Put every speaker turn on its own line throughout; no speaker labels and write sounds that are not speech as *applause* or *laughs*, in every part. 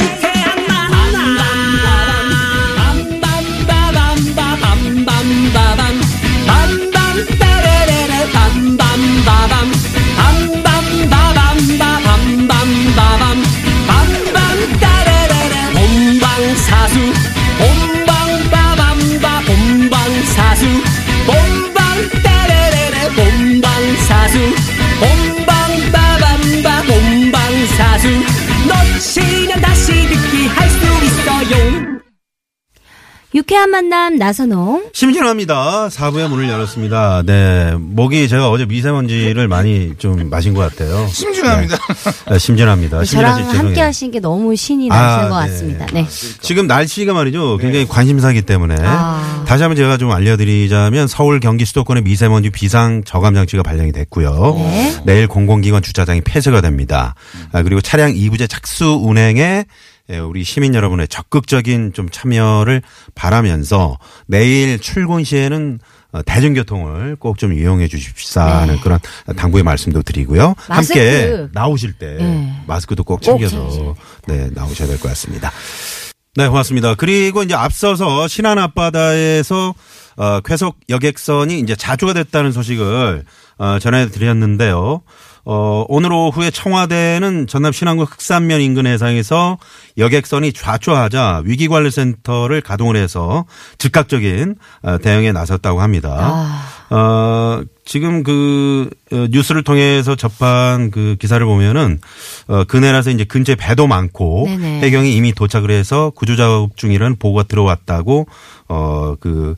유쾌한 만남 빰빰빠밤빠밤빰빰빠밤 빰빰따레레레 빰빰빠밤 빰빰빠밤빠밤빰빰빠밤 빰빰따레레레 본방사수 본방빠밤빠 본방사수 본방따레레레 본방사수 본방빠밤빠 본방사수 놓치면 다시 듣기 할 수 있어요
유쾌한 만남 나선홍.
심심합니다. 4부의 문을 열었습니다. 네. 목이 제가 어제 미세먼지를 많이 좀 마신 것 같아요.
심중합니다.
네. 네, 심심합니다. 심심해서
저랑
죄송해요.
함께 하신 게 너무 신이
아,
나신 것
네.
같습니다. 네.
지금 날씨가 말이죠. 굉장히 관심사기 때문에.
아.
다시 한번 제가 좀 알려드리자면 서울, 경기, 수도권의 미세먼지 비상 저감장치가 발령이 됐고요.
네.
내일 공공기관 주차장이 폐쇄가 됩니다. 아, 그리고 차량 2부제 착수 운행에 예, 우리 시민 여러분의 적극적인 좀 참여를 바라면서 내일 출근 시에는 어, 대중교통을 꼭 좀 이용해 주십사 하는 그런 당부의 말씀도 드리고요. 함께
네. 마스크.
나오실 때
네.
마스크도 꼭 챙겨서 네, 나오셔야 될 것 같습니다. 네, 고맙습니다. 그리고 이제 앞서서 신안 앞바다에서 어, 쾌속 여객선이 이제 자주가 됐다는 소식을 어, 전해드렸는데요. 어, 오늘 오후에 청와대는 전남 신안군 흑산면 인근 해상에서 여객선이 좌초하자 위기관리센터를 가동을 해서 즉각적인 어, 대응에 나섰다고 합니다. 어, 지금 그 어, 뉴스를 통해서 접한 그 기사를 보면은 어, 그네라서 이제 근처에 배도 많고
네네.
해경 해경이 이미 도착을 해서 구조 작업 중이라는 보고가 들어왔다고 어그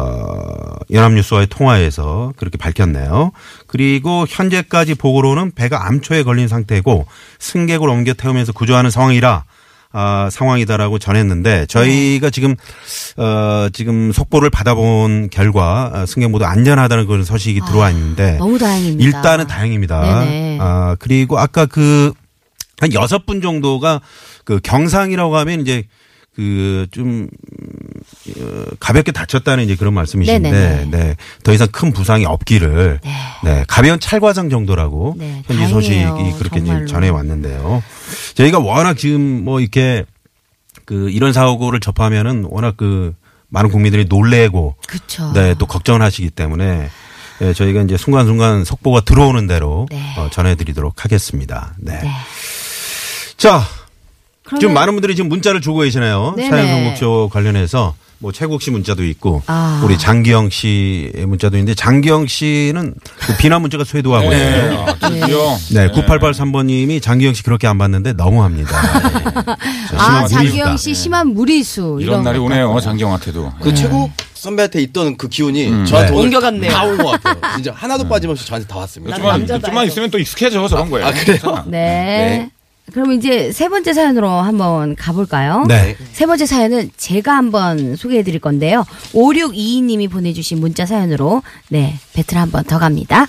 어, 연합뉴스와의 통화에서 그렇게 밝혔네요. 그리고 현재까지 보고로는 배가 암초에 걸린 상태고 승객을 옮겨 태우면서 구조하는 상황이라 아, 상황이다라고 전했는데
네.
저희가 지금 어, 지금 속보를 받아본 결과 아, 승객 모두 안전하다는 그런 소식이 들어와 있는데
너무 다행입니다.
네. 일단은 다행입니다.
네네.
아, 그리고 아까 그, 한 여섯 분 정도가 그 경상이라고 하면 이제 그, 좀, 어, 가볍게 다쳤다는 이제 그런 말씀이신데,
네네네.
네. 더 이상 큰 부상이 없기를, 네. 가벼운 찰과상 정도라고
네,
현지
다행이에요.
소식이 그렇게
정말로.
지금 전해왔는데요. 저희가 워낙 지금 뭐 이렇게 그 이런 사고를 접하면은 워낙 그 많은 국민들이 놀래고
그쵸.
네, 또 걱정을 하시기 때문에 예, 저희가 이제 순간순간 속보가 들어오는 대로
네.
어, 전해드리도록 하겠습니다. 네. 자, 지금
그러면-
많은 분들이 지금 문자를 주고 계시네요.
네네.
사연성곡쇼 관련해서 뭐 최국 씨 문자도 있고
아.
우리 장기영 씨의 문자도 있는데 장기영 씨는 그 비난 문자가 쇄도하고 있어요.
네. 아, 드디어.
네, 9883번님이 장기영 씨 그렇게 안 봤는데
*laughs*
너무합니다. 네.
아,
심한
장기영
무리수다. 네.
씨 심한 무리수.
이런 날이
거.
오네요, 장경한테도. 예.
그 최국 선배한테 있던 그 기운이
네.
저한테 오늘
옮겨갔네요.
다 온 것 같아요.
*laughs*
진짜 하나도 빠짐없이 저한테 다 왔습니다.
좀만, 좀만 있으면 또 익숙해져, 저런 거예요.
아, 그래요?
네. 그럼 이제 세 번째 사연으로 한번 가볼까요?
네.
세 번째 사연은 제가 한번 소개해 드릴 건데요. 5622님이 보내주신 문자 사연으로, 네, 배틀 한번 더 갑니다.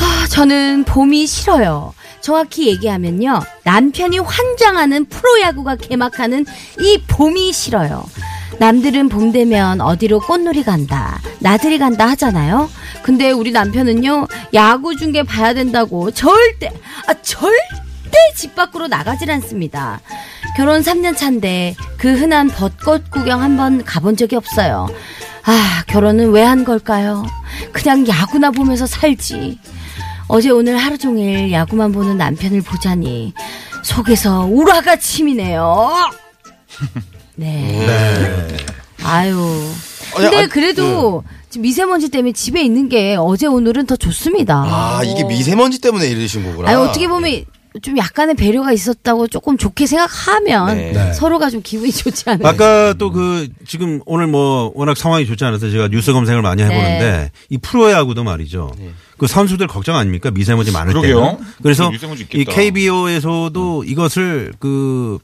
아, 저는 봄이 싫어요. 정확히 얘기하면요. 남편이 환장하는 프로야구가 개막하는 이 봄이 싫어요. 남들은 봄 되면 어디로 꽃놀이 간다, 나들이 간다 하잖아요. 근데 우리 남편은요, 야구 중계 봐야 된다고 절대, 아, 절대 집 밖으로 나가질 않습니다. 결혼 3년 차인데 그 흔한 벚꽃 구경 한번 가본 적이 없어요. 아, 결혼은 왜 한 걸까요? 그냥 야구나 보면서 살지. 어제 오늘 하루 종일 야구만 보는 남편을 보자니 속에서 우라가
*laughs*
치미네요. 네. 아유. 근데
아니, 아,
그래도 지금 미세먼지 때문에 집에 있는 게 어제 오늘은 더 좋습니다.
아, 이게 미세먼지 때문에 이러신 거구나.
아니 어떻게 보면 좀 약간의 배려가 있었다고 조금 좋게 생각하면
네.
서로가 좀 기분이 좋지 않아요.
아까 또 그 지금 오늘 뭐 워낙 상황이 좋지 않아서 제가 뉴스 검색을 많이 해보는데 이 프로야구도 말이죠. 그 선수들 걱정 아닙니까 미세먼지 많을 때.
네. 그러게요.
그래서
미세먼지
이
있겠다.
KBO에서도 이것을 그.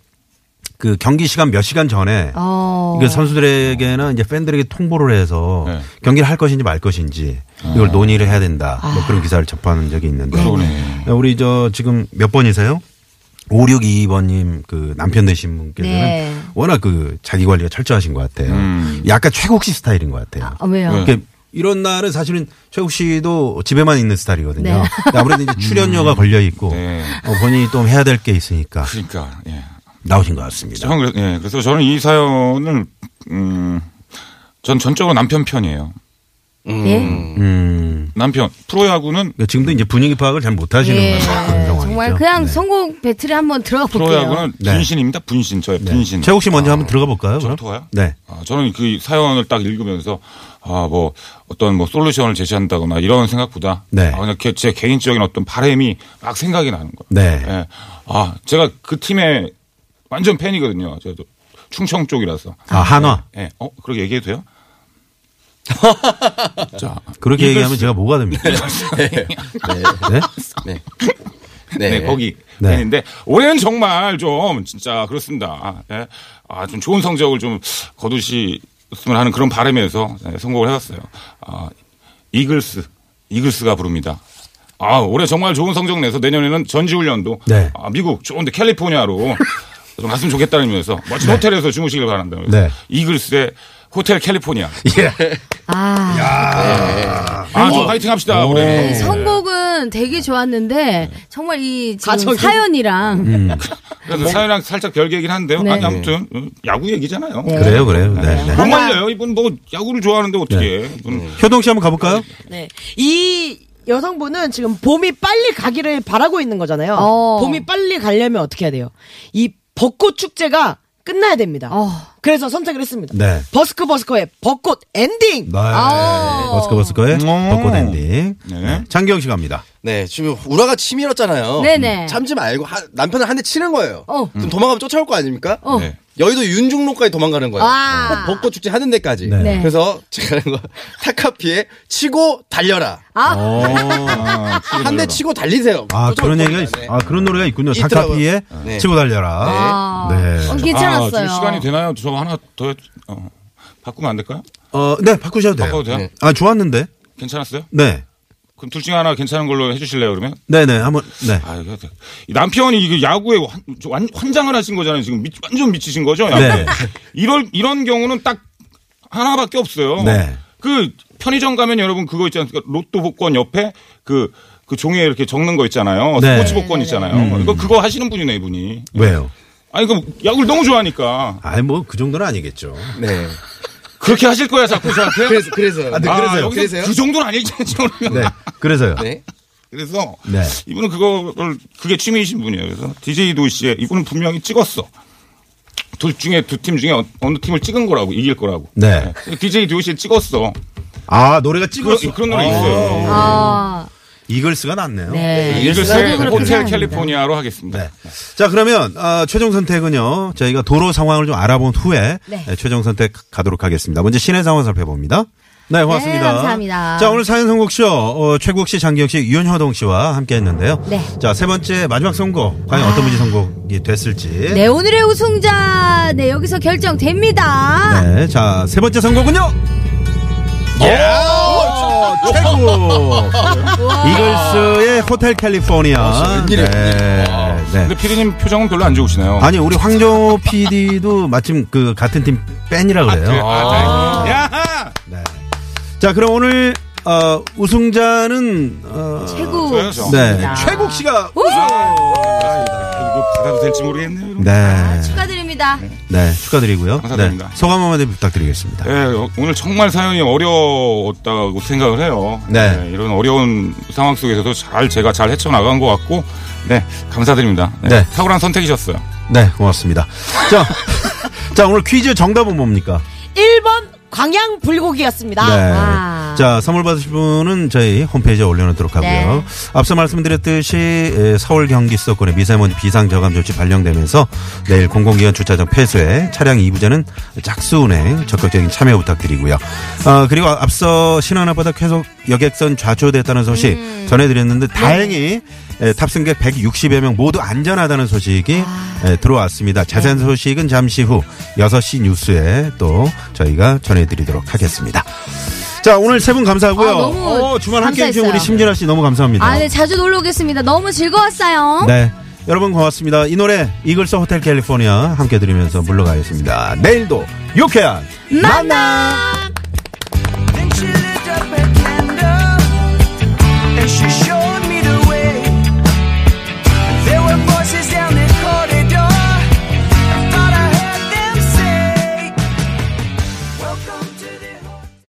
그 경기 시간 몇 시간 전에
어.
이거 선수들에게나 이제 팬들에게 통보를 해서
네. 아.
경기를 할 것인지 말 것인지 이걸 논의를 해야 된다.
아.
뭐 그런 기사를 접하는 적이 있는데
그러네.
우리 저 지금 몇 번이세요? 5622번님 그 남편 되신 분께서는
네.
워낙 그 자기 관리가 철저하신 것 같아요.
음.
약간 최국씨 스타일인 것 같아요.
아, 왜요?
네.
이렇게 이런 날은 사실은 최욱 씨도 집에만 있는 스타일이거든요.
네.
근데 아무래도 이제 출연료가 걸려 있고
네.
어, 본인이 또 해야 될 게 있으니까
그러니까 예.
나오신 것 같습니다.
저는 그래, 예. 그래서 저는 이 사연을 음, 전 전적으로 남편 편이에요.
예?
음,
남편 프로야구는
그러니까 지금도 이제 분위기 파악을 잘 네. 못하시는
예.
그런 상황이죠.
정말
네.
그냥 성공 배틀에 한번 들어가 볼게요.
프로야구는
네.
분신입니다. 분신 저의 분신.
최욱 씨 먼저 한번 들어가 볼까요? 그럼?
저부터가요?
네.
아, 저는 그 사연을 딱 읽으면서 아 뭐 어떤 뭐 솔루션을 제시한다거나 이런 생각보다
네.
아, 그냥 개- 제 개인적인 어떤 바램이 막 생각이 나는 거예요.
네.
예. 아 제가 그 팀의 완전 팬이거든요. 저도 충청 쪽이라서.
아, 한화.
예. 어 그렇게 얘기해도
*laughs*
돼요? 자
그렇게
이글스.
얘기하면 제가 뭐가 됩니까? 네?
네.
네, 거기
네.
팬인데 올해는 정말 좀 진짜 그렇습니다. 예. 아, 좀 좋은 성적을 좀 거두시면 하는 그런 바람에서 예, 선곡을 해봤어요. 아, 이글스, 이글스가 부릅니다. 아, 올해 정말 좋은 성적 내서 내년에는 전지훈련도
네.
아, 미국 좋은데 캘리포니아로 좀 갔으면 좋겠다는 의미에서 멋진 호텔에서 주무시길 바란다.
네.
이글스의 호텔 캘리포니아.
아.
아, 좀 파이팅 합시다. 올해.
네, 선곡은 되게
네.
좋았는데 정말 이 지금
가정이-
사연이랑
음. 그래서 사연이랑 살짝 별개이긴 한데요.
네.
아니, 아무튼 음, 야구 얘기잖아요.
네.
그래요, 그래요. 네, 네.
못 말려요. 이분 뭐 야구를 좋아하는데 어떻게? 해. 이분
효동 씨 한번 가볼까요?
네. 이 여성분은 지금 봄이 빨리 가기를 바라고 있는 거잖아요.
어.
봄이 빨리 가려면 어떻게 해야 돼요? 이 벚꽃 축제가 끝나야 됩니다.
어.
그래서 선택을 했습니다.
네.
버스커 버스커의 벚꽃 엔딩.
네.
아.
버스커 버스커의 벚꽃 엔딩.
네.
네. 장기영 씨 갑니다.
네, 지금 우라가 치밀었잖아요. 음.
네네.
참지 말고 하- 남편을 한 대 치는 거예요.
어.
그럼 도망가면 쫓아올 거 아닙니까?
어.
네. 어,
여의도 윤중로까지 도망가는 거예요.
아.
벚꽃 축제 하는 데까지.
네.
네.
그래서 제가 하는 거 *laughs* 타카피에 치고 달려라.
아,
어. 아,
한 대 치고 달리세요.
아, 그런
쫓아올
얘기가 있,
거니까. 네.
아, 그런 노래가 있군요.
있더라고요.
사카피에
네.
치고 달려라. 네.
어,
아,
괜찮았어요.
지금 시간이 되나요? 저 하나 더 해- 어, 바꾸면 안 될까요?
아.
어, 네, 바꾸셔도 돼요.
바꿔도 돼요?
네.
아, 좋았는데.
괜찮았어요?
네.
그럼 둘 중에 하나 괜찮은 걸로 해주실래요? 그러면
네네, 한번, 네.
아, 이거 이 남편이 이게 야구에 환, 저 환- 환장을 하신 거잖아요. 지금 미- 완전 미치신 거죠?
네.
이런 이런 경우는 딱 하나밖에 없어요.
네.
그 편의점 가면 여러분 그거 있지 않습니까? 로또 복권 옆에 그, 그 종이에 이렇게 적는 거 있잖아요.
네.
스포츠 복권 있잖아요. 이거 그거 하시는 분이네, 이분이.
왜요?
아니, 그 야구를 너무 좋아하니까.
아니, 뭐, 그 정도는 아니겠죠.
네.
그렇게 하실 거야, 자꾸 저한테?
그래서 그래서.
아, 네, 그래서요.
여기서
그래서요?
그 정도는 아니지
네. 그래서요.
네.
그래서
네.
이분은 그거를 그게 취미이신 분이에요. 그래서 DJ 도시에 이분은 분명히 찍었어. 둘 중에 두 팀 중에 어- 어느 팀을 찍은 거라고 이길 거라고.
네.
DJ 도시에 찍었어.
아, 노래가
그런,
찍었어.
그런 노래 있어요.
아,
이글스가 낫네요.
네.
이글스의
저도 그렇게
호텔
생각합니다.
캘리포니아로 하겠습니다.
네. 자 그러면 아, 최종 선택은요 저희가 도로 상황을 좀 알아본 후에
네.
네, 최종 선택 가도록 하겠습니다. 먼저 시내 상황 살펴봅니다. 네, 고맙습니다.
네, 감사합니다.
자, 오늘 사연 선곡쇼 어, 최국 씨, 장기혁 씨, 윤효동 씨와 함께했는데요.
네.
자, 세 번째 마지막 선곡 과연 어떤 분이 선곡이 됐을지.
네, 오늘의 우승자 네 여기서 결정됩니다.
네, 자, 세 번째 선곡은요. 예! 최고! 이글스의 호텔 캘리포니아.
웬일이야,
네. 네.
근데 피디님 표정은 별로 안 좋으시네요.
아니 우리 황정호 PD도 마침 그 같은 팀 팬이라 그래요.
아, 야!
네. 자 그럼 오늘 어, 우승자는 어,
최고.
좋아요, 좋아.
네 최국 씨가
이거 받아도 될지 모르겠네요. 이런 거.
아,
네,
축하드립니다.
네 축하드리고요. 네,
감사드립니다.
소감 한마디 부탁드리겠습니다.
예, 어, 오늘 정말 사연이 어려웠다고 생각을 해요.
네.
예, 이런 어려운 상황 속에서도 잘 제가 잘 헤쳐나간 것 같고, 네 감사드립니다.
네.
탁월한 선택이셨어요.
네 고맙습니다. 자, *laughs* 자 오늘 퀴즈 정답은 뭡니까?
1번 광양 불고기였습니다. 아.
네.
와.
자, 선물 받으실 분은 저희 홈페이지에 올려놓도록 하고요.
네.
앞서 말씀드렸듯이 에, 서울 경기 수도권에 미세먼지 비상 저감 조치 발령되면서 내일 공공기관 주차장 폐쇄, 차량 2부제는 짝수 운행 적극적인 참여 부탁드리고요. 아, 그리고 앞서 신한앞바다 계속 여객선 좌초됐다는 소식
음. 네.
전해드렸는데 다행히 에, 탑승객 160여 명 모두 안전하다는 소식이
아.
에, 들어왔습니다. 자세한
네.
소식은 잠시 후 6시 뉴스에 또 저희가 전해드리도록 하겠습니다. 자 오늘 세 분 감사하고요.
아, 너무
어, 주말 함께 해주신
감사했어요.
우리 심진아 씨 너무 감사합니다.
아, 네, 자주 놀러 오겠습니다. 너무 즐거웠어요.
네, 여러분 고맙습니다. 이 노래 이글스 호텔 캘리포니아 함께 들으면서 물러가겠습니다. 내일도 유쾌한
만나.